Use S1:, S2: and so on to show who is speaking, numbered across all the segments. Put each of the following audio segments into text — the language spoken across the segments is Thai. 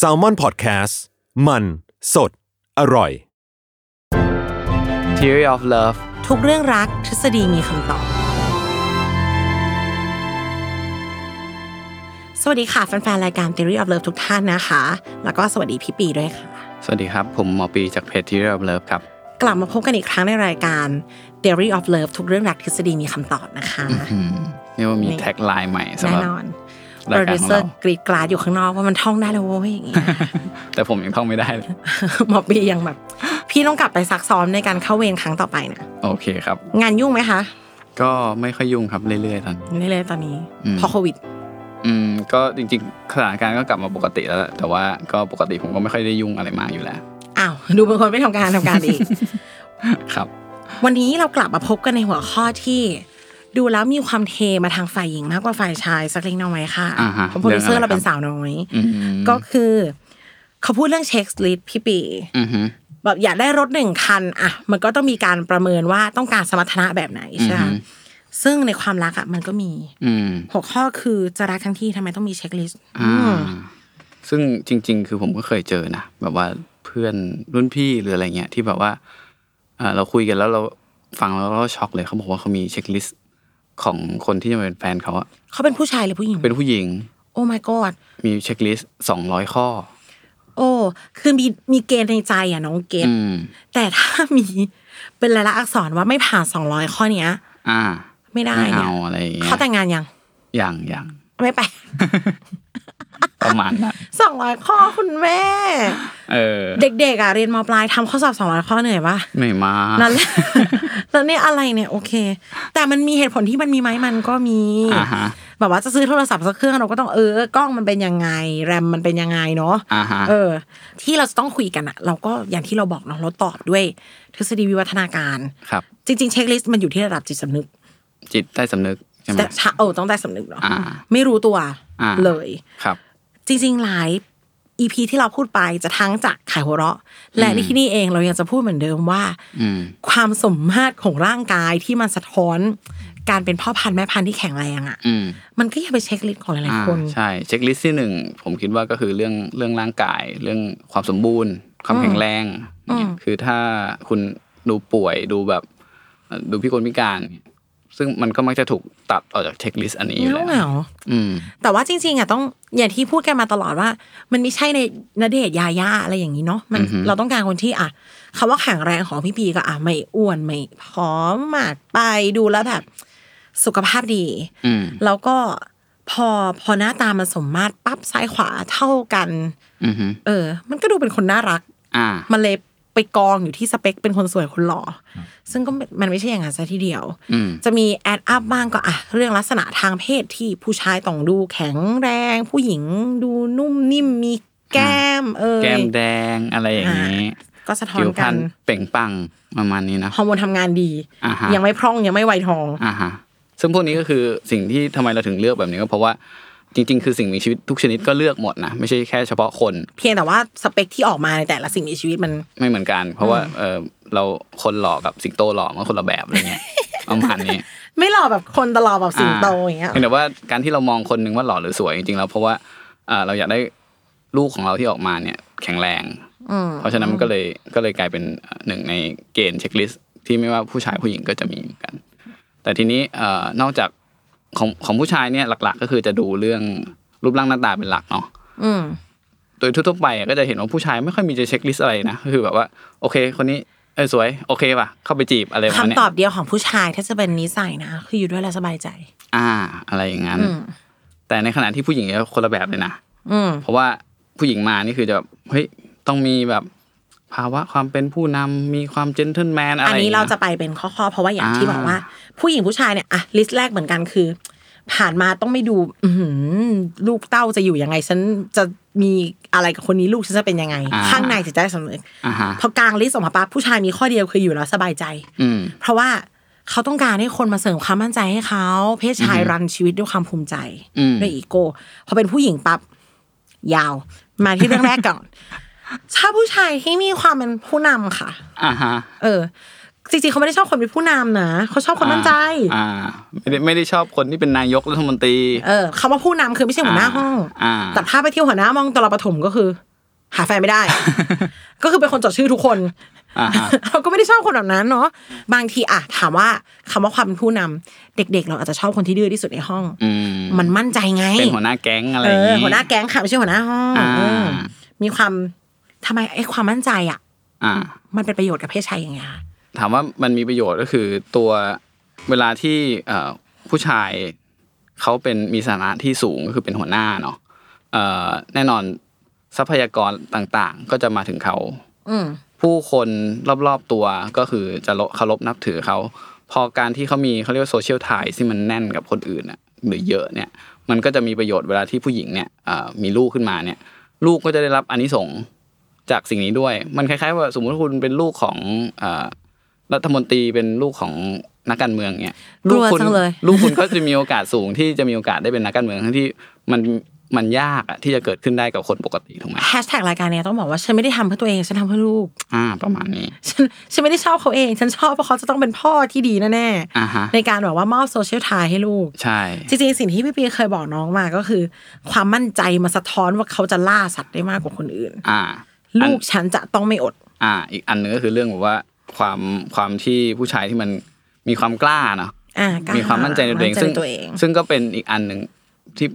S1: s a l m o n PODCAST มันสดอร่อย
S2: Theory of Love
S3: ทุกเรื่องรักทฤษฎีมีคำตอบ สวัสดีค่ะ แฟนๆ รายการ Theory of Love ทุกท่านนะคะ แล้วก็สวัสดีพี่ปีด้วยค่ะ
S2: สวัสดีครับ ผมหมอปีจากเพจ Theory of Love ครับ
S3: กลับมาพบกันอีกครั้งในรายการ Theory of Love ทุกเรื่องรักทฤษฎีมีคำตอบนะคะ
S2: เรียกว่ามี
S3: นี่
S2: แท็กไลน์ใหม่สำ
S3: แน่
S2: หรับ
S3: นอนโป
S2: ราร ยการข
S3: ดิว
S2: อง
S3: เซอ
S2: เรา
S3: ร์กรีดกราดอยู่ข้างนอกว่ามันท่องได้แล้วเว้ยอย่างงี้
S2: แต่ผมยังท่องไม่ได้เลย
S3: หมอปียังแบบ พี่ต้องกลับไปซักซ้อมในการเข้าเวรครั้งต่อไปนะ
S2: โอเคครับ
S3: งานยุ่งไหมคะ
S2: ก็ไม่ค่อยยุ่งครับเรื่อยๆตอนนี้
S3: ไม่เลยตอนนี้
S2: อืม
S3: เพอโควิด
S2: อืมก็จริงๆสถานการณ์ก็กลับมาปกติแล้วแหละแต่ว่าก็ปกติผมก็ไม่ค่อยได้ยุ่งอะไรมากอยู่แล้ว
S3: อ้าวดูเป็นคนไม่ทำการทำการอีก
S2: ครับ
S3: วันนี้เรากลับมาพบกันในหัวข้อที่ ดูแล้วมีความเทมาทางฝ่ายหญิงมากกว่าฝ่ายชายสักเล็กน้อยค่ะ
S2: อ่าฮะ
S3: เพราะโปรดิวเซอร์
S2: เรื่องอะไร
S3: เราเป็น
S2: ครับ
S3: สาวน้อย
S2: อืม
S3: ก็คือ เขาพูดเรื่องเช็คลิสต์พี่ปี
S2: อือฮึ
S3: แบบอยากได้รถหนึ่งคันอ่ะมันก็ต้องมีการประเมินว่าต้องการสมรรถนะแบบไหนใช่ไหมคะซึ่งในความรักอ่ะมันก็มี
S2: อืม
S3: หัวข้อคือจะรักทั้งที่ทำไมต้องมีเช็คลิสต์
S2: อ่าซึ่งจริง ๆ คือผมก็เคยเจอนะแบบว่าเพื่อนรุ่นพี่หรืออะไรเงี้ยที่แบบว่าอ่าเราคุยกันแล้วเราฟังแล้วเราช็อกเลยเขาบอกว่าเขามีเช็คลิสต์ของคนที่จะมาเป็นแฟนเขาอะ
S3: เขาเป็นผู้ชายหรือผู้หญิง
S2: เป็นผู้หญิง
S3: โอ้ my god
S2: มีเช็คลิสต์สองร้อยข้อ
S3: โอ้คือมีมีเกณฑ์ในใจอ่ะน้องเกณ
S2: อืม
S3: ฑ์แต่ถ้ามี เป็นลายลักษณ์อักษรว่าไม่ผ่านสองร้อยข้อเนี้ย
S2: อ่า
S3: ไม่ได้
S2: ไม่
S3: เนี่ย
S2: เอาอะไรอย่างเงี้ย
S3: เขาแต่งงานยัง
S2: อย่างอย่าง
S3: ไม่ไป
S2: ประมาณนั้น
S3: สองร้อยข้อคุณแม่
S2: เอ อ
S3: เด็กๆอ่ะเรียนมปลายทำข้อสอบสองร้อยข้อเหนื่อยปะ
S2: ไม่มา
S3: นั่นแหละ แล้วเนี่ยอะไรเนี่ยโอเค แต่มันมีเหตุผลที่มันมีไหมมันก็มี
S2: อ่าฮะ
S3: แบบว่าจะซื้อโทรศัพท์สักเครื่องเราก็ต้องเออกล้องมันเป็นยังไง แรมมันเป็นยังไงเนาะ
S2: อ่าฮะ
S3: เออ ที่เราจะต้องคุยกันอะเราก็อย่างที่เราบอกเนาะเราตอบด้วย ทฤษฎีวิวัฒนาการ
S2: ครับ
S3: จริง ๆ เช็คลิสต์มันอยู่ที่ระดับจิตสำนึก
S2: จิตใต้สำนึกใช่ไหม
S3: แต่ถ้าเออต้องได้สำนึกเนาะ
S2: อ่า
S3: ไม่รู้ตัว
S2: อ่า
S3: เลย
S2: ครับ
S3: จริงๆ หลาย EP ที่เราพูดไปจะทั้งจากขายหัวเราะ และในที่นี่เองเรายังจะพูดเหมือนเดิมว่า
S2: อืม
S3: ความสมมาตรของร่างกายที่มันสะท้อน การเป็นพ่อพันธุ์แม่พันธุ์ที่แข็งแรงอ่ะ
S2: อืม
S3: มันก็อย่าไปเช็คลิสต์ของหลาย
S2: อ่า
S3: ๆคน
S2: ใช่เช็คลิสต์ที่หนึ่งผมคิดว่าก็คือเรื่องเรื่องร่างกาย เรื่องความสมบูรณ์ ความแข็งแรงเนี่ยคือถ้าคุณดูป่วยดูแบบเอ่อดูพิกลพิการ ซึ่งมันก็มักจะถูกตัดออกจากเช็คลิสต์อันนี้อยู่
S3: เงา
S2: แล้ว
S3: เหงา
S2: อืม
S3: แต่ว่าจริง ๆอ่ะต้องอย่างที่พูดกันมาตลอดว่า มันไม่ใช่ในนเดชน์ยาย่าอะไรอย่างนี้เนาะมัน
S2: อือฮึ
S3: เราต้องการคนที่อ่ะคำว่าแข็งแรงของพี่ปีก็อ่ะไม่อ้วนไม่ผอมมากไปดูแล้วแบบ สุขภาพดี
S2: อืม
S3: แล้วก็พอพอหน้าตามันสมมาตรปั๊บซ้ายขวาเท่ากัน
S2: อือฮึ
S3: เออ มันก็ดูเป็นคนน่ารัก
S2: อ่า
S3: มันเลยไปกองอยู่ที่สเปคเป็นคนสวยคนหล่ออซึ่งก็ไม่มันไม่ใช่อย่างนั้นซะทีเดียว
S2: อืม
S3: จะมีแอดอัพบ้างก็อ่ะเรื่องลักษณะทางเพศที่ผู้ชายต้องดูแข็งแรง ผู้หญิงดูนุ่มนิ่มมีแก้ม เออ
S2: แก้มแดงอะไรอย่างนี้
S3: ก็สะท้อ
S2: ผิ
S3: น
S2: วพร
S3: กั
S2: ร
S3: น
S2: ณเปล่งปลังประมาณนี้นะ
S3: ฮอร์โมนทำงานดี
S2: อ่าฮะ
S3: ยังไม่พร่องยังไม่ไวทอง
S2: อ่าฮะซึ่งพวกนี้ก็คือสิ่งที่ทำไมเราถึงเลือกแบบนี้ก็เพราะว่าจริง ๆ คือสิ่งมีชีวิตทุกชนิดก็เลือกหมดนะ ไม่ใช่แค่เฉพาะคน
S3: เพียงแต่ว่าสเปคที่ออกมาในแต่ละสิ่งในชีวิตมัน
S2: ไม่เหมือนกัน เพราะว่าเออเราคนหล่อกับสิงโตหล่อมันคนละแบบอะไรเงี้ ยประมาณนี้
S3: ไม่หล่อแบบคนตลอดแบบสิงโตอย่างเงี้ย
S2: เพียงแต่ว่าการที่เรามองคนหนึ่งว่าหล่อหรือสวยจริงๆแล้วเพราะว่าอ่าเราอยากได้ลูกของเราที่ออกมาเนี่ยแข็งแรง
S3: อืม
S2: เพราะฉะนั้นมันก็เลยก็เลยกลายเป็นหนึ่งในเกณฑ์เช็คลิสต์ที่ไม่ว่าผู้ชายผู้หญิงก็จะมีเหมือนกัน แต่ทีนี้เอ่อนอกจากของของผู้ชายเนี่ยหลัก ๆ ก็คือจะดูเรื่องรูปร่างหน้าตาเป็นหลักเนาะ
S3: อืม
S2: โดยทั่วๆไปอะก็จะเห็นว่าผู้ชายไม่ค่อยมีจะเช็คลิสต์อะไรนะก็คือแบบว่าโอเค คนนี้เออสวยโอเคป่ะเข้าไปจีบอะไรประมาณ
S3: คำ
S2: เนี้
S3: ต
S2: ย
S3: อบเดียวของผู้ชายถ้าจะเป็นนิสัยนะ คืออยู่ด้วยแล้วสบายใจ
S2: อ่า อะไรอย่างนั้น
S3: อืม
S2: แต่ในขณะที่ผู้หญิงจะคนละแบบเลยนะ
S3: อืม
S2: เพราะว่าผู้หญิงมานี่คือจะแบบเฮ้ยต้องมีแบบภาวะความเป็นผู้นำมีความเจนเทิลแมนอะไร
S3: อัน
S2: ย่ง
S3: นี้
S2: งี้ย
S3: เราจะไปเป็นข้อๆ เพราะว่าอย่างที่
S2: อ่า
S3: บอกว่า ผู้หญิงผู้ชายเนี่ยอะลิสต์แรกเหมือนกันคือ ผ่านมาต้องไม่ดูอื้อหือลูกเต้าจะอยู่ยังไงฉันจะมีอะไรกับคนนี้ลูกฉันจะเป็นยังไง
S2: อ่า
S3: ข้างในจะได้สำนึก
S2: อ่าฮะ
S3: พอกลางลิสต์ออกมาปั๊บผู้ชายมีข้อเดียวคืออยู่แล้วสบายใจ
S2: อืม
S3: เพราะว่าเขาต้องการให้คนมาเสริมความมั่นใจให้เขา เพศชายรันชีวิตด้วยความภูมิใจ
S2: อืม
S3: ด้วยอีโก้พอเป็นผู้หญิงปั๊บยาว มาที่เรื่องแรกก่อน ชอบผู้ชายที่มีความเป็นผู้นำค่ะ
S2: อ่าฮะ
S3: เออ จริงๆเขาไม่ได้ชอบคนเป็นผู้นำนะเขาชอบคนมั่นใจ
S2: อ่าไม่ได้ไม่ได้ชอบคนที่เป็นนายกรัฐมนตรี
S3: เออคำว่าผู้นำคือไม่ใช่หัวหน้าห้อง
S2: อ่า
S3: แต่ถ้าไปเที่ยวหัวหน้ามองตอนเราประถมก็คือ หาแฟนไม่ได้ ก็คือเป็นคนจดชื่อทุกคน
S2: อ่าฮะ
S3: เราก็ไม่ได้ชอบคนแบบนั้นเนาะบางทีอะถามว่าคำว่าความเป็นผู้นำเด็ก ๆ เราอาจจะชอบคนที่ดื้อที่สุดในห้อง
S2: อืม
S3: มันมั่นใจไง
S2: เป็นหัวหน้าแก๊งอะไร
S3: เอ
S2: อย่าง
S3: อ
S2: งี้
S3: หัวหน้าแก๊งค่ะไม่ใช่หัวหน้าห้อง
S2: อ่า
S3: เออมีความทำไมไอ้ความมั่นใจอะ
S2: อ่า
S3: มันเป็นประโยชน์กับเพศชายยังไงคะ
S2: ถามว่ามันมีประโยชน์ก็คือตัวเวลาที่เอ่อผู้ชายเขาเป็นมีสถานะที่สูงก็คือเป็นหัวหน้าเนาะเอ่อแน่นอนทรัพยากรต่างๆ ก็จะมาถึงเขา
S3: อืม
S2: ผู้คนรอบๆตัวก็คือจะเคารพนับถือเขา พอการที่เขามีเขาเรียกว่าโซเชียลไทที่มันแน่นกับคนอื่นน่ะหรือเยอะเนี่ย มันก็จะมีประโยชน์เวลาที่ผู้หญิงเนี่ยเอ่อมีลูกขึ้นมาเนี่ย ลูกก็จะได้รับอานิสงส์จากสิ่งนี้ด้วย มันคล้ายๆว่าสมมติว่าคุณเป็นลูกของเอ่อรัฐมนตรีเป็นลูกของนักการเมืองเนี่ย
S3: กลัว
S2: คุณ
S3: จังเลย
S2: ลูกคุณก็จะมีโอกาสสูงที่จะมีโอกาสได้เป็นนักการเมืองทั้งที่มันมันยากอะที่จะเกิดขึ้นได้กับคนปกติถูกไหม
S3: แฮชแท็กรายการเนี้ยต้องบอกว่าฉันไม่ได้ทำเพื่อตัวเองฉันทำเพื่อลูก
S2: อ่า ประมาณนี้
S3: ฉันฉันไม่ได้ชอบเขาเอง ฉันชอบเพราะเขาจะต้องเป็นพ่อที่ดีแน่
S2: อ่าฮะ
S3: ๆในการแบบว่ามอบโซเชียลไทยให้ลูก
S2: ใช่
S3: จริงๆสิ่งที่พี่ปีเคยบอกน้องมาก็คือ ความมั่นใจมาสะท้อนว่าเขาจะล่าสัตว์ได้มากกว่าคนอื่น
S2: อ่า
S3: ลูกฉันจะต้องไม่อด
S2: อ่า อีกอันหนึงก็คือเรื่องแบบว่าความความที่ผู้ชายที่มันมีความกล้าเนาะ
S3: อ่ากล้
S2: มีความมั่นใจในตัวเอง
S3: มั่
S2: ซึ่ง
S3: ตัวเอง
S2: ซึ่งก็เป็นอีกอันหนึ่งที่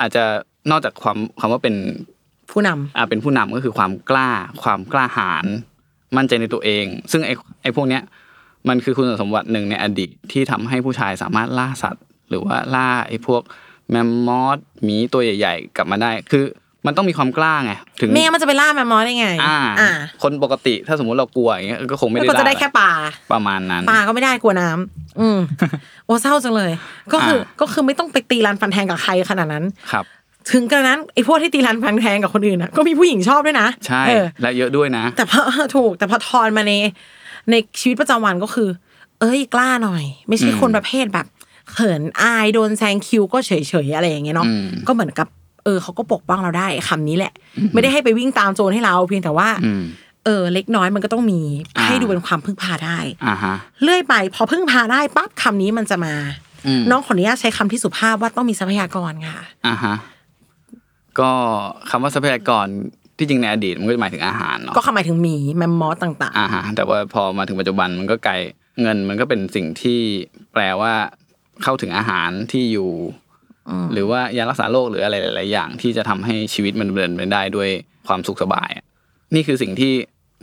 S2: อาจจะนอกจากความคำว่าเป็น
S3: ผู้นำ
S2: อ่าเป็นผู้นำก็คือความกล้า ความกล้าหาญมั่นใจในตัวเอง ซึ่งไอ้ไอ้พวกเนี้ยมันคือคุณสมบัติหนึ่งในอดีตที่ทำให้ผู้ชายสามารถล่าสัตว์ หรือว่าล่าไอ้พวกแมมมอสหมีตัวใหญ่ ๆ กลับมาได้ คือมันต้องมีความกล้าไงถึง
S3: ไม่งั้นมันจะไปล่าแมมมอสได้ไง
S2: อ่า
S3: อ่า
S2: คนปกติถ้าสมมติเรากลัวอย่างเงี้ยก็คงไม่
S3: มัน
S2: ได้
S3: ก็จะได้
S2: ล่า
S3: แค่ปลา
S2: ประมาณนั้น
S3: ปลาก็ไม่ได้กลัวน้ำอื มโอ้เศร้าจังเลย ก็คือ
S2: อ่า
S3: ก็คือไม่ต้องไปตีรันฟันแทงกับใครขนาดนั้น
S2: ครับ
S3: ถึงกระนั้นไอ้พวกที่ตีรันฟันแทงกับคนอื่นน่ะก็มีผู้หญิงชอบด้วยนะ
S2: ใช่
S3: เออ
S2: และเยอะด้วยนะ
S3: แต่พอ ถูกแต่พอทอนมาในในชีวิตประจำวันก็คือ เอ้ยกล้าหน่อย ไม่ใช่คนประเภทแบบเขินอายโดนแซงคิวก็เฉยเฉยๆอะไรอย่างเงี้ยเนาะ
S2: อืม
S3: ก็เหมือนกับ เออเขาก็ปกป้องเราได้คำนี้แหละ ไม่ได้ให้ไปวิ่งตามโจรให้เราเพียงแต่ว่า
S2: อืม
S3: เออ เล็กน้อยมันก็ต้องมี
S2: อ่า
S3: ให้ดูเป็นความพึ่งพาได้
S2: อ่าฮะ
S3: เลื่อยไป พอพึ่งพาได้ปั๊บคำนี้มันจะมา
S2: อืม
S3: น้องขออนุญาตใช้คำที่สุภาพว่าต้องมีทรัพยากรค่ะ
S2: อ่าฮะ ก็คำว่าทรัพยากรที่จริงในอดีตมันก็หมายถึงอาหารเนาะ
S3: ก็เข้าหมายถึงหมีแมมมอสต่าง
S2: อาหารแต่ว่าพอมาถึงปัจจุบันมันก็ไกลเงินมันก็เป็นสิ่งที่แปลว่าเข้าถึงอาหารที่อยู่
S3: อืม
S2: หรือว่ายารักษาโรคหรืออะไรหลาย ๆ อย่าง ที่จะทำให้ชีวิตมันดำเดินไปได้ด้วยความสุขสบายอะนี่คือสิ่งที่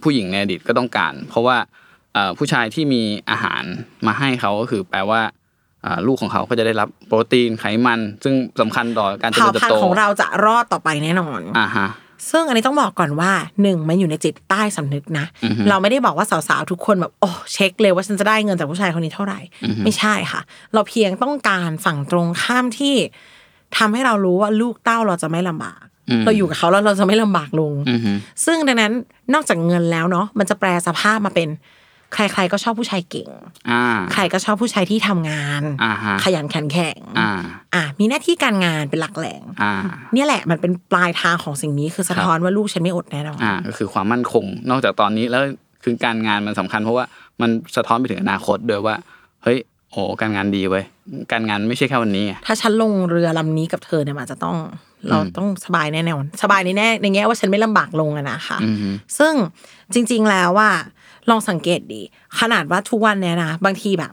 S2: ผู้หญิงในอดีตก็ต้องการ เพราะว่าเอ่อผู้ชายที่มีอาหารมาให้เขาก็คือแปลว่าเอ่อลูกของเขาก็จะได้รับโปรตีนไขมัน ซึ่งสำคัญต่อการ
S3: ๆ
S2: เจ
S3: เผ่า
S2: ริญเติ
S3: พั
S2: บ
S3: น
S2: โต
S3: ธุ์ของเราจะรอดต่อไปแน่นอน
S2: อ่าฮะ
S3: ซึ่งอันนี้ต้องบอกก่อนว่าหนึ่งมันอยู่ในจิตใต้สำนึกนะ
S2: อือฮึ
S3: เราไม่ได้บอกว่าสาวๆทุกคนแบบโอ้เช็คเลยว่าฉันจะได้เงินจากผู้ชายคนนี้เท่าไหร่
S2: อือฮึ
S3: ไม่ใช่ค่ะ เราเพียงต้องการฝั่งตรงข้ามที่ทำให้เรารู้ว่าลูกเต้าเราจะไม่ลำบาก
S2: ม
S3: เราอยู่กับเขาแล้วเราจะไม่ลำบากลง
S2: อือฮึ
S3: ซึ่งดังนั้นนอกจากเงินแล้วเนาะมันจะแปลสภาพมาเป็น ใครๆก็ชอบผู้ชายเก่ง
S2: อ่า
S3: ใครก็ชอบผู้ชายที่ทำงาน
S2: อ่าฮะ
S3: ขยันขันแข็ง
S2: อ่า
S3: อ่ะมีหน้าที่การงานเป็นหลักแหล่ง
S2: อ่า
S3: เนี่ยแหละมันเป็นปลายทางของสิ่งนี้คือสะท้อนว่าลูกฉันไม่อดแน่นอน
S2: อ่าก็คือความมั่นคง นอกจากตอนนี้แล้วคือการงานมันสำคัญ เพราะว่ามันสะท้อนไปถึงอนาคตด้วยว่าเฮ้ยโอ้การงานดีเว้ยการงานไม่ใช่แค่วันนี้ไง
S3: ถ้าฉันลงเรือลำนี้กับเธอเนี่ยมันอาจจะต้องเราต้องสบายแน่นอนสบายในแน่ในแง่ว่าฉันไม่ลำบากลงอะนะคะ
S2: อืมฮึ
S3: ซึ่งจริง ๆแล้วว่าลองสังเกตดี ขนาดว่าทุกวันเนี่ยนะบางทีแบบ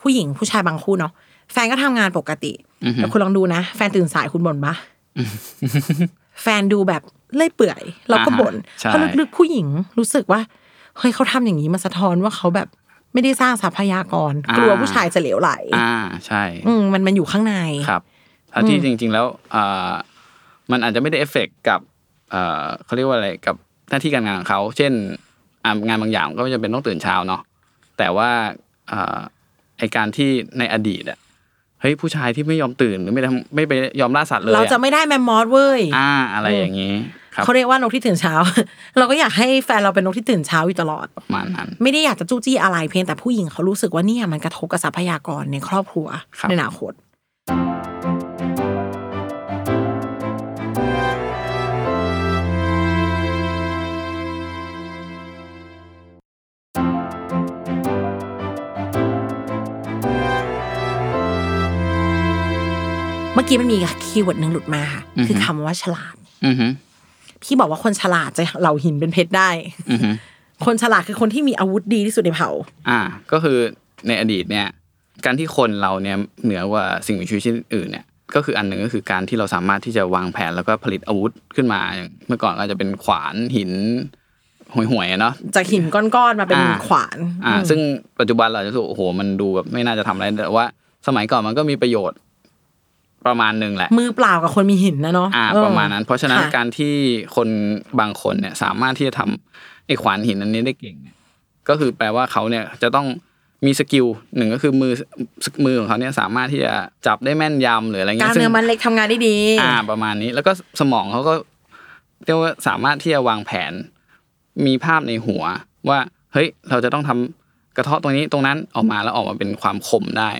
S3: ผู้หญิงผู้ชายบางคู่เนาะแฟนก็ทำงานปกติ
S2: อืมฮึ
S3: แต่คุณลองดูนะ แฟนตื่นสายคุณบ่น ปะแฟนดูแบบเล่อยเปื่อย เราก็บ่น
S2: ใช่
S3: เพราะลึกๆผู้หญิงรู้สึกว่าเฮ้ยเขาทำอย่างนี้มันสะท้อนว่าเขาแบบไม่ได้สร้างทรัพยากร กลัวผู้ชายจะเหลวไหล
S2: อ่าใช่
S3: อืมมันมันอยู่ข้างใน
S2: ครับทั้งที่จริง ๆ แล้วอ่ามันอาจจะไม่ได้เอฟเฟกกับเอ่อเขาเรียกว่าอะไรกับหน้าที่การงานของเขาเช่นอ่างานบางอย่างก็ไม่จำเป็นต้องตื่นเช้าเนาะแต่ว่าอ่าไอการที่ในอดีตอะ เฮ้ยผู้ชายที่ไม่ยอมตื่นหรือไม่ทำไม่ไปยอมล่าสัตว์เลย
S3: เราจะ
S2: อะ
S3: ไม่ได้แมมมอสเว้ย
S2: อ่าอะไรอย่างนี้ครับ
S3: เขาเรียกว่านกที่ตื่นเช้า เราก็อยากให้แฟนเราเป็นนกที่ตื่นเช้าอยู่ตลอด
S2: ประมาณนั้น
S3: ไม่ได้อยากจะจู้จี้อะไรเพียงแต่ผู้หญิงเขารู้สึกว่าเนี่ยมันกระทบกับทรัพยากรในครอบครัว
S2: ครับ
S3: ในอนาคต เมื่อกี้มันมีคีย์เวิร์ดหนึ่งหลุดมาค่ะคือคำว่าฉลาด
S2: อือฮึ
S3: พี่บอกว่าคนฉลาดจะเหล่าหินเป็นเพชรได้
S2: อือฮึ
S3: คนฉลาดคือคนที่มีอาวุธดีที่สุดในเผ่า
S2: อ่าก็คือในอดีตเนี่ยการที่คนเราเนี่ยเหนือกว่าสิ่งมีชีวิตชนิดอื่นเนี่ยก็คืออันหนึ่งก็คือการที่เราสามารถที่จะวางแผนแล้วก็ผลิตอาวุธขึ้นมาอย่างเมื่อก่อนก็จะเป็นขวานหินห่วยๆอะเนาะ
S3: จากหินก้อนๆมาเป็น
S2: อ่า
S3: ขวาน
S2: อ่าซึ่งปัจจุบันเราจะรู้สึกโอ้โหมันดูแบบไม่น่าจะทำอะไรแต่ว่าสมัยก่อนมันก็มีประโยชน์ประมาณหนึ่งแหละ
S3: มือเปล่ากับคนมีหินนะเนาะ
S2: อ่า
S3: เออ
S2: ประมาณนั้น เพราะฉะนั้น
S3: ค่
S2: การที่คนบางคนเนี่ยสามารถที่จะทำไอ้ขวานหินอันนี้ได้เก่งเนี่ยก็คือแปลว่าเขาเนี่ยจะต้องมีสกิลหนึ่งก็คือมือมือของเขาเนี่ยสามารถที่จะจับได้แม่นยำหรืออะไร
S3: กล้า
S2: เงี้
S3: ร
S2: ยซึ่
S3: เนื้อง มันเล็กทำงานได้ดี
S2: อ่าประมาณนี้ แล้วก็สมองเขาก็เรียกว่าสามารถที่จะวางแผน มีภาพในหัว ว่าเฮ้ยเราจะต้องทำกระเทาะตรงนี้ตรงนั้นออกมาแล้วออกมาเป็นความคมได้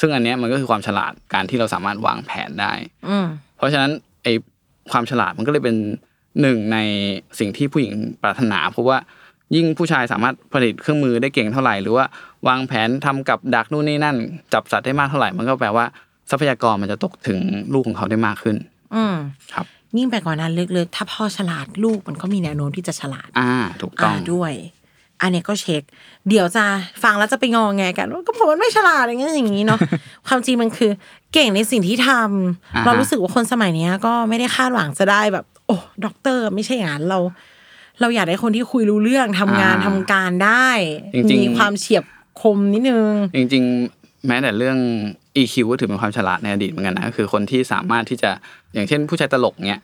S2: ซึ่งอันเนี้ยมันก็คือความฉลาดการที่เราสามารถวางแผนได้
S3: อืม
S2: เพราะฉะนั้นไอความฉลาดมันก็เลยเป็นหนึ่งในสิ่งที่ผู้หญิงปรารถนา เพราะว่ายิ่งผู้ชายสามารถผลิตเครื่องมือได้เก่งเท่าไหร่ หรือว่าวางแผนทำกับดักนู่นนี่นั่น จับสัตว์ได้มากเท่าไหร่ มันก็แปลว่าทรัพยากรมันจะตกถึงลูกของเขาได้มากขึ้น
S3: อืม
S2: ครับ
S3: ยิ่งไปกว่านั้นลึกๆ ถ้าพ่อฉลาดลูกมันก็มีแนวโน้มที่จะฉลาด
S2: อ่า ถูกต้อง
S3: าด้วย อันเนี้ยก็เช็ค เดี๋ยวจะฟังแล้วจะไปงองแงกันว่าก็ผมมันไม่ฉลาดอย่างเงี้ยอย่างงี้ เนาะ ความจริงมันคือเก่งในสิ่งที่ทำ
S2: อ่าฮะ
S3: เรารู้สึกว่าคนสมัยเนี้ย ก็ไม่ได้คาดหวังจะได้แบบ โอ้ด็อกเตอร์ ไม่ใช่อย่างนั้นเรา เราอยากได้คนที่คุยรู้เรื่องทำงานทำการได้
S2: จริงๆ
S3: มีความเฉียบคมนิดนึง
S2: จริงๆ แม้แต่เรื่อง EQ ก็ถือเป็นความฉลาดในอดีตเหมือนกันนะก็คือคนที่สามารถที่จะอย่างเช่น ผู้ชายตลกเนี่ย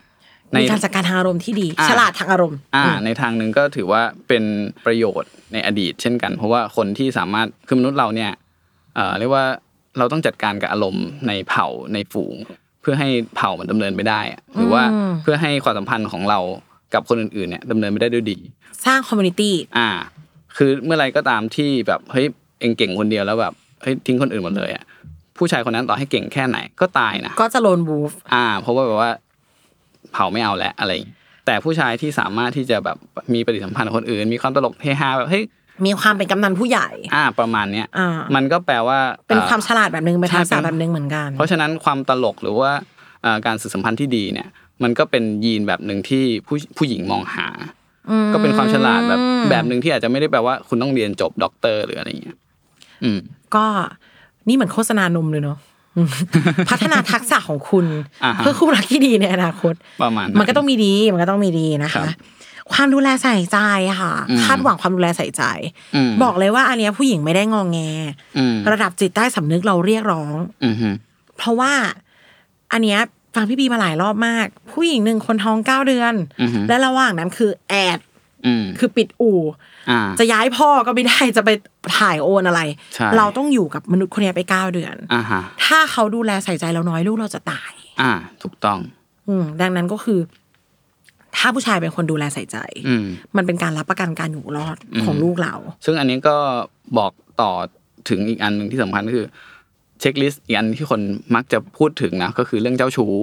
S2: ใน
S3: มีการจัดการทางอารมณ์ที่ดี
S2: อ่า
S3: ฉลาดทางอารมณ์
S2: อ่า
S3: อืม
S2: ในทางหนึ่งก็ถือว่าเป็นประโยชน์ในอดีต เช่นกัน เพราะว่าคนที่สามารถคือมนุษย์เราเนี่ยเอ่อเรียกว่าเราต้องจัดการกับอารมณ์ในเผ่าในฝูง เพื่อให้เผ่ามันดำเนินไปได้อะหรือว่าเพื่อให้ความสัมพันธ์ของเรากับคนอื่นๆเนี่ยดำเนินไปได้ด้วยดี
S3: สร้างคอมมูนิตี้
S2: อ่า คือเมื่อไรก็ตามที่แบบเฮ้ยเองเก่งคนเดียวแล้วแบบเฮ้ยทิ้งคนอื่นหมดเลยอ่ะผู้ชายคนนั้นต่อให้เก่งแค่ไหนก็ตายนะ
S3: ก็จะโลนบูฟ
S2: อ่า เพราะว่าแบบว่าเผาไม่เอาแล้วอะไรอย่างงี้แต่ผู้ชายที่สามารถที่จะแบบมีปฏิสัมพันธ์กับคนอื่น มีความตลกเฮฮาแบบเฮ้ย
S3: มีความเป็นกำนันผู้ใหญ่
S2: อ่าประมาณเนี้ย
S3: อ่ามั
S2: มันก็แปลว่า
S3: เป็น
S2: อ่อ
S3: ความฉลาดแบบนึงเป็น
S2: ใช่
S3: ทักษะ
S2: เป็น
S3: แบบนึงเหมือนกัน
S2: เพราะฉะนั้นความตลกหรือว่าเอ่อการสื่อสัมพันธ์ที่ดีเนี่ย มันก็เป็นยีนแบบหนึ่งที่ผู้ผู้หญิงมองหา ก็เป็นความฉลาดแบบแบบหนึ่งที่อาจจะไม่ได้แปลว่าคุณต้องเรียนจบด็อกเตอร์หรืออะไรอย่างเงี้ยอืม
S3: ก็นี่เหมือนโฆษณานมเลยเนาะ พัฒนาทักษะของคุณ
S2: อ่าฮะ
S3: เพื่อคู่รักที่ดีในอนาคต
S2: ประมาณ
S3: มันก็ต้องมีดีมันก็ต้องมีดีนะ
S2: ครั
S3: คะ
S2: บ
S3: ความดูแลใส่ใจค่ะ
S2: อืม
S3: คาดหวังความดูแลใส่ใจ
S2: ม
S3: บอกเลยว่าอันเนี้ยผู้หญิงไม่ได้งองแง
S2: อืม
S3: ระดับจิตใต้สำนึกเราเรียกร้อง
S2: อืมฮึ
S3: เพราะว่าอันเนี้ยฟังพี่บีมาหลายรอบมาก ผู้หญิงหนึ่งคนท้องเก้าเดือน
S2: อืมฮึ
S3: และระหว่างนั้นคือแอด
S2: อืม
S3: คือปิดอู่
S2: อ่า
S3: จะย้ายพ่อก็ไม่ได้จะไปถ่ายโอนอะไร
S2: ใช่
S3: เราต้องอยู่กับมนุษย์คนเนี้ยไปเก้าเดือน
S2: อ่าฮะ
S3: ถ้าเขาดูแลใส่ใจเราน้อยลูกเราจะตาย
S2: อ่า ถูกต้อง
S3: อืมดังนั้นก็คือ ถ้าผู้ชายเป็นคนดูแลใส่ใจ
S2: อืม
S3: มันเป็นการรับประกันการอยู่รอดของลูกเรา
S2: ซึ่งอันนี้ก็บอกต่อถึงอีกอันหนึ่งที่สำคัญก็คือเช็คลิสต์อีกอันที่คนมักจะพูดถึงนะก็คือเรื่องเจ้าชู้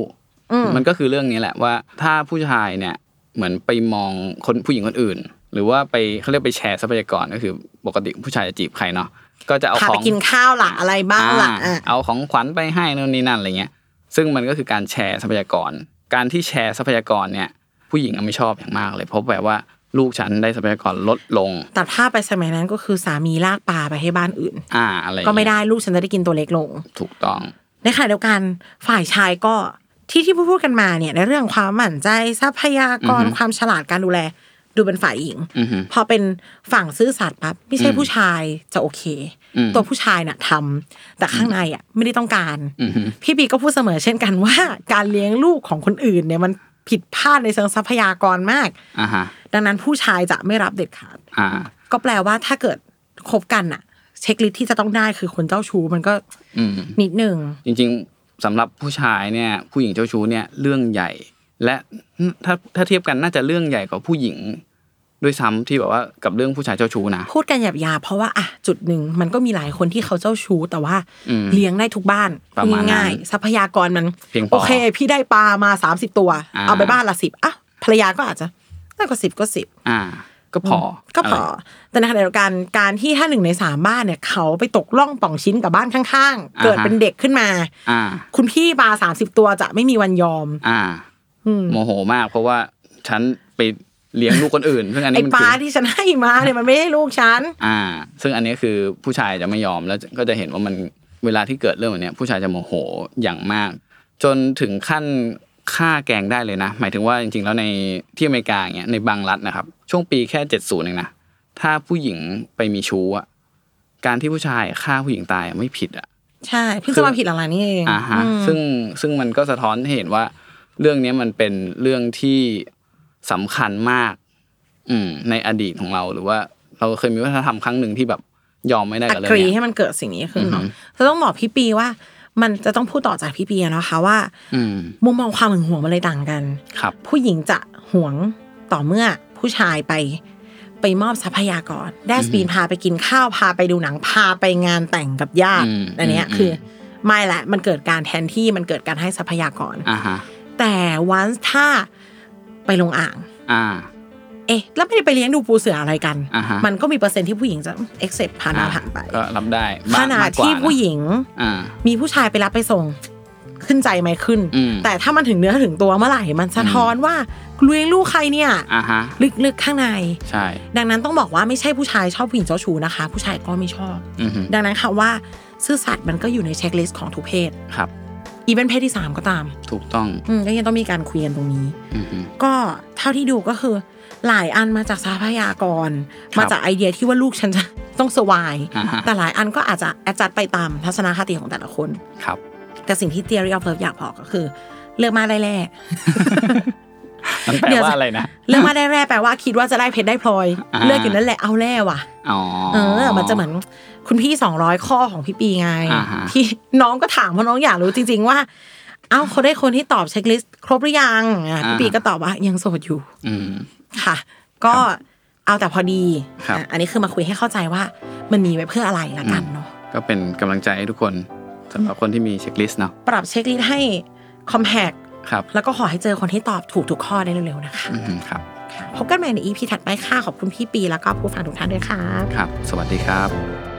S2: มันก็คือเรื่องนี้แหละว่าถ้าผู้ชายเนี่ยเหมือนไปมองคนผู้หญิงคนอื่น หรือว่าไปเขาเรียกไปแชร์ทรัพยากรก็คือปกติผู้ชายจะจีบใครเนาะก็จะเอา
S3: พา
S2: ข
S3: ไป
S2: อง
S3: กินข้าวหลักอะไรบ้างหลัก
S2: อ่า
S3: อ่ะ
S2: เอาของขวัญไปให้นู่นนี่นั่นอะไรเงี้ย ซึ่งมันก็คือการแชร์ทรัพยากร การที่แชร์ทรัพยากรเนี่ย ผู้หญิงอะไม่ชอบอย่างมากเลยเพราะแปลว่าลูกฉันได้ทรัพยากรลดลง
S3: ตัดภาพไปสมัยนั้นก็คือสามีลากปลาไปให้บ้านอื่น
S2: อ่าอะไรอย่าง
S3: ก็
S2: เงี้ย
S3: ไม่ได้ลูกฉันจะได้กินตัวเล็กลง
S2: ถูกต้อง
S3: ในขณะเดียวกันฝ่ายชายก็ที่ที่พูดพูดกันมาเนี่ยในเรื่องความหมั่นใจทรัพยากร
S2: อือฮึ
S3: ความฉลาดการดูแล ดูเป็นฝ่ายหญิง
S2: อือฮึ
S3: พอเป็นฝั่งซื่อสัตย์ปั๊บไม่ใช่
S2: อืม
S3: ผู้ชายจะโอเค
S2: อืม
S3: ตัวผู้ชายน่ะทำแต่ข้างในอ่ะไม่ได้ต้องการ
S2: อือฮึ
S3: พี่บีก็พูดเสมอเช่นกันว่า การเลี้ยงลูกของคนอื่นเนี่ยมันผิดพลาดในเชิงทรัพยากรมาก
S2: อ่าฮะ
S3: ดังนั้นผู้ชายจะไม่รับเด็ดขาด
S2: อ่า
S3: ก็แปลว่าถ้าเกิดคบกันน่ะ เช็คลิสต์ที่จะต้องได้คือคนเจ้าชู้มันก็
S2: อืม
S3: นิดหนึ่ง
S2: จริงๆสำหรับผู้ชายเนี่ย ผู้หญิงเจ้าชู้เนี่ยเรื่องใหญ่ และถ้าถ้าเทียบกันน่าจะเรื่องใหญ่กว่าผู้หญิง ด้วยซ้ำที่แบบว่ากับเรื่องผู้ชายเจ้าชู้นะ
S3: พูดกันหยาบๆเพราะว่าอ่ะจุดหนึ่งมันก็มีหลายคนที่เขาเจ้าชู้แต่ว่า
S2: อืม
S3: เลี้ยงได้ทุกบ้าน
S2: ประมาณนั้น
S3: ง่ายๆทรัพยากรมัน
S2: เพียงพอ
S3: โอเค พี่ได้ปลามาสามสิบตัว
S2: อ่า
S3: เอาไปบ้านละสิบอ่ะภรรยาก็อาจจะน่าก็สิบก็สิบ
S2: อ่า ก็พอ
S3: ก็พอ
S2: ะไร
S3: แต่ในขณะเดียวกันการที่ถ้าหนึ่งในสามบ้านเนี่ย เขาไปตกล่องป่องชิ้นกับบ้านข้างๆ เกิดเป็นเด็กขึ้นมา
S2: อ่า
S3: คุณพี่ปลาสามสิบตัวจะไม่มีวันยอม
S2: อ่า
S3: อืม
S2: โมโหมากเพราะว่าฉันไปเลี้ยงลูกคนอื่น ซึ่งอัน
S3: ไอ้
S2: นี้มัน
S3: ปลา
S2: คือ
S3: ที่ฉันให้มาเนี่ยมันไม่ให้ลูกฉัน
S2: อ่า ซึ่งอันนี้คือผู้ชายจะไม่ยอมแล้วก็จะเห็นว่ามันเวลาที่เกิดเรื่องแบบเนี้ยผู้ชายจะโมโหอย่างมาก จนถึงขั้นฆ่าแกล้งได้เลยนะ หมายถึงว่าจริงๆแล้วในที่อเมริกาอย่างเงี้ยในบางรัฐนะครับ ช่วงปีแค่เจ็ดศูนย์เองนะถ้าผู้หญิงไปมีชู้อะการที่ผู้ชายฆ่าผู้หญิงตายอะไม่ผิดอะ
S3: ใช่เพิ่งจะมาผิดหลังๆนี่เอง
S2: อ่าฮะ
S3: อืม
S2: ซึ่งซึ่งมันก็สะท้อนให้เห็นว่า เรื่องเนี้ยมันเป็นเรื่องที่สำคัญมาก อืม ในอดีตของเราหรือว่าเราเคยมีวัฒนธรรมครั้งหนึ่งที่แบบยอมไม่ได้กับเรื่
S3: กรี
S2: องเนี้ย
S3: ให้มันเกิดสิ่งนี้ขึ้นเนาะ
S2: อือหื
S3: จะต้องบอกพี่ปีว่า มันจะต้องพูดต่อจากพี่ปีอะนะคะว่า
S2: อืม
S3: มุมมองความหึงหวงมันเลยต่างกัน
S2: ครับ
S3: ผู้หญิงจะหวงต่อเมื่อผู้ชายไปไปมอบทรัพยากรแดสบีนพาไปกินข้าวพาไปดูหนังพาไปงานแต่งกับญาติ
S2: อืม
S3: อันเนี้ย
S2: อืม
S3: คือไม่ละมันเกิดการแทนที่มันเกิดการให้ทรัพยากร
S2: อ่าฮะ
S3: แต่วันถ้าไปลงอ่าง
S2: อ่า
S3: เอ๊ะแล้วไม่ได้ไปเลี้ยงดูปูเสืออะไรกัน
S2: อ่าฮะ
S3: มันก็มีเปอร์เซ็นต์ที่ผู้หญิงจะเอ็กเซปผ่านมาผ่านไป
S2: ก็รับได้
S3: ข
S2: บ้าง
S3: ณะ
S2: มกกว่
S3: ที่ผู้
S2: นะ
S3: หญิง
S2: อ่า
S3: มีผู้ชายไปรับไปส่งขึ้นใจไหมขึ้น
S2: อืม
S3: แต่ถ้ามันถึงเนื้อถึงตัวเมื่อไหร่มันสะท้อนว่าเลี้ยงลูกใครเนี่ย
S2: อ่าฮะ
S3: ลึกๆข้างใน
S2: ใช่
S3: ดังนั้นต้องบอกว่าไม่ใช่ผู้ชายชอบผู้หญิงเจ้าชู้นะคะ ผู้ชายก็ไม่ชอบ
S2: อือฮึ
S3: ดังนั้นค่ะว่าซื่อสัตย์มันก็อยู่ในเช็คลิสต์ของทุกเพศ
S2: ครับ
S3: อีเวนเพศที่สามก็ตาม
S2: ถูกต้อง
S3: อืมก็ยังต้องมีการคุยกันตรงนี้
S2: อือฮึ
S3: ก็เท่าที่ดูก็คือ หลายอันมาจากทรัพยากร
S2: ครับ
S3: มาจากไอเดียที่ว่าลูกฉันจะต้องสวาย
S2: อ่าฮะ
S3: แต่หลายอันก็อาจจะแอดจัดไปตามทัศนคติของแต่ละคน
S2: ครับ
S3: แต่สิ่งที่ theory of love อยากบอกก็คือ เลือกมาได้แร่
S2: มันแปล
S3: เดี๋ยว
S2: ว่า
S3: จะ
S2: อะไรนะ
S3: เลือกมาได้แร่แปลว่าคิดว่าจะได้เพชรได้พลอย
S2: อ่า
S3: เลือกอยู่นั่นแหละเอาแร่ว่ะ
S2: อ๋อ
S3: เออ มันจะเหมือนคุณพี่สองร้อยข้อของพี่ปีไง
S2: อ่าฮะ
S3: พี่น้องก็ถามเพราะน้องอยากรู้จริง ๆ ว่า เอ้าเขาได้คนที่ตอบเช็คลิสต์ครบหรือยังอ่ะพี่ปีก็ตอบว่ายังโสดอยู่
S2: อืม
S3: ค่ะ ก็เอาแต่พอดี
S2: ครับ
S3: อ่ะอันนี้คือมาคุยให้เข้าใจว่ามันมีไว้เพื่ออะไรละกันเนาะ
S2: ก็เป็นกำลังใจให้ทุกคนสำหรับคนที่มีเช็คลิสต์เนาะ
S3: ปรับเช็คลิสต์ให้คอมแพก
S2: ครับ
S3: แล้วก็ขอให้เจอคนที่ตอบถูกทุกข้อได้เร็วๆนะคะ
S2: อือฮึครับ
S3: ค่ะพบกันใหม่ใน EP ถัดไปค่ะ ขอบคุณพี่ปีแล้วก็ผู้ฟังทุกท่านด้วยค่ะ
S2: ครับ สวัสดีครับ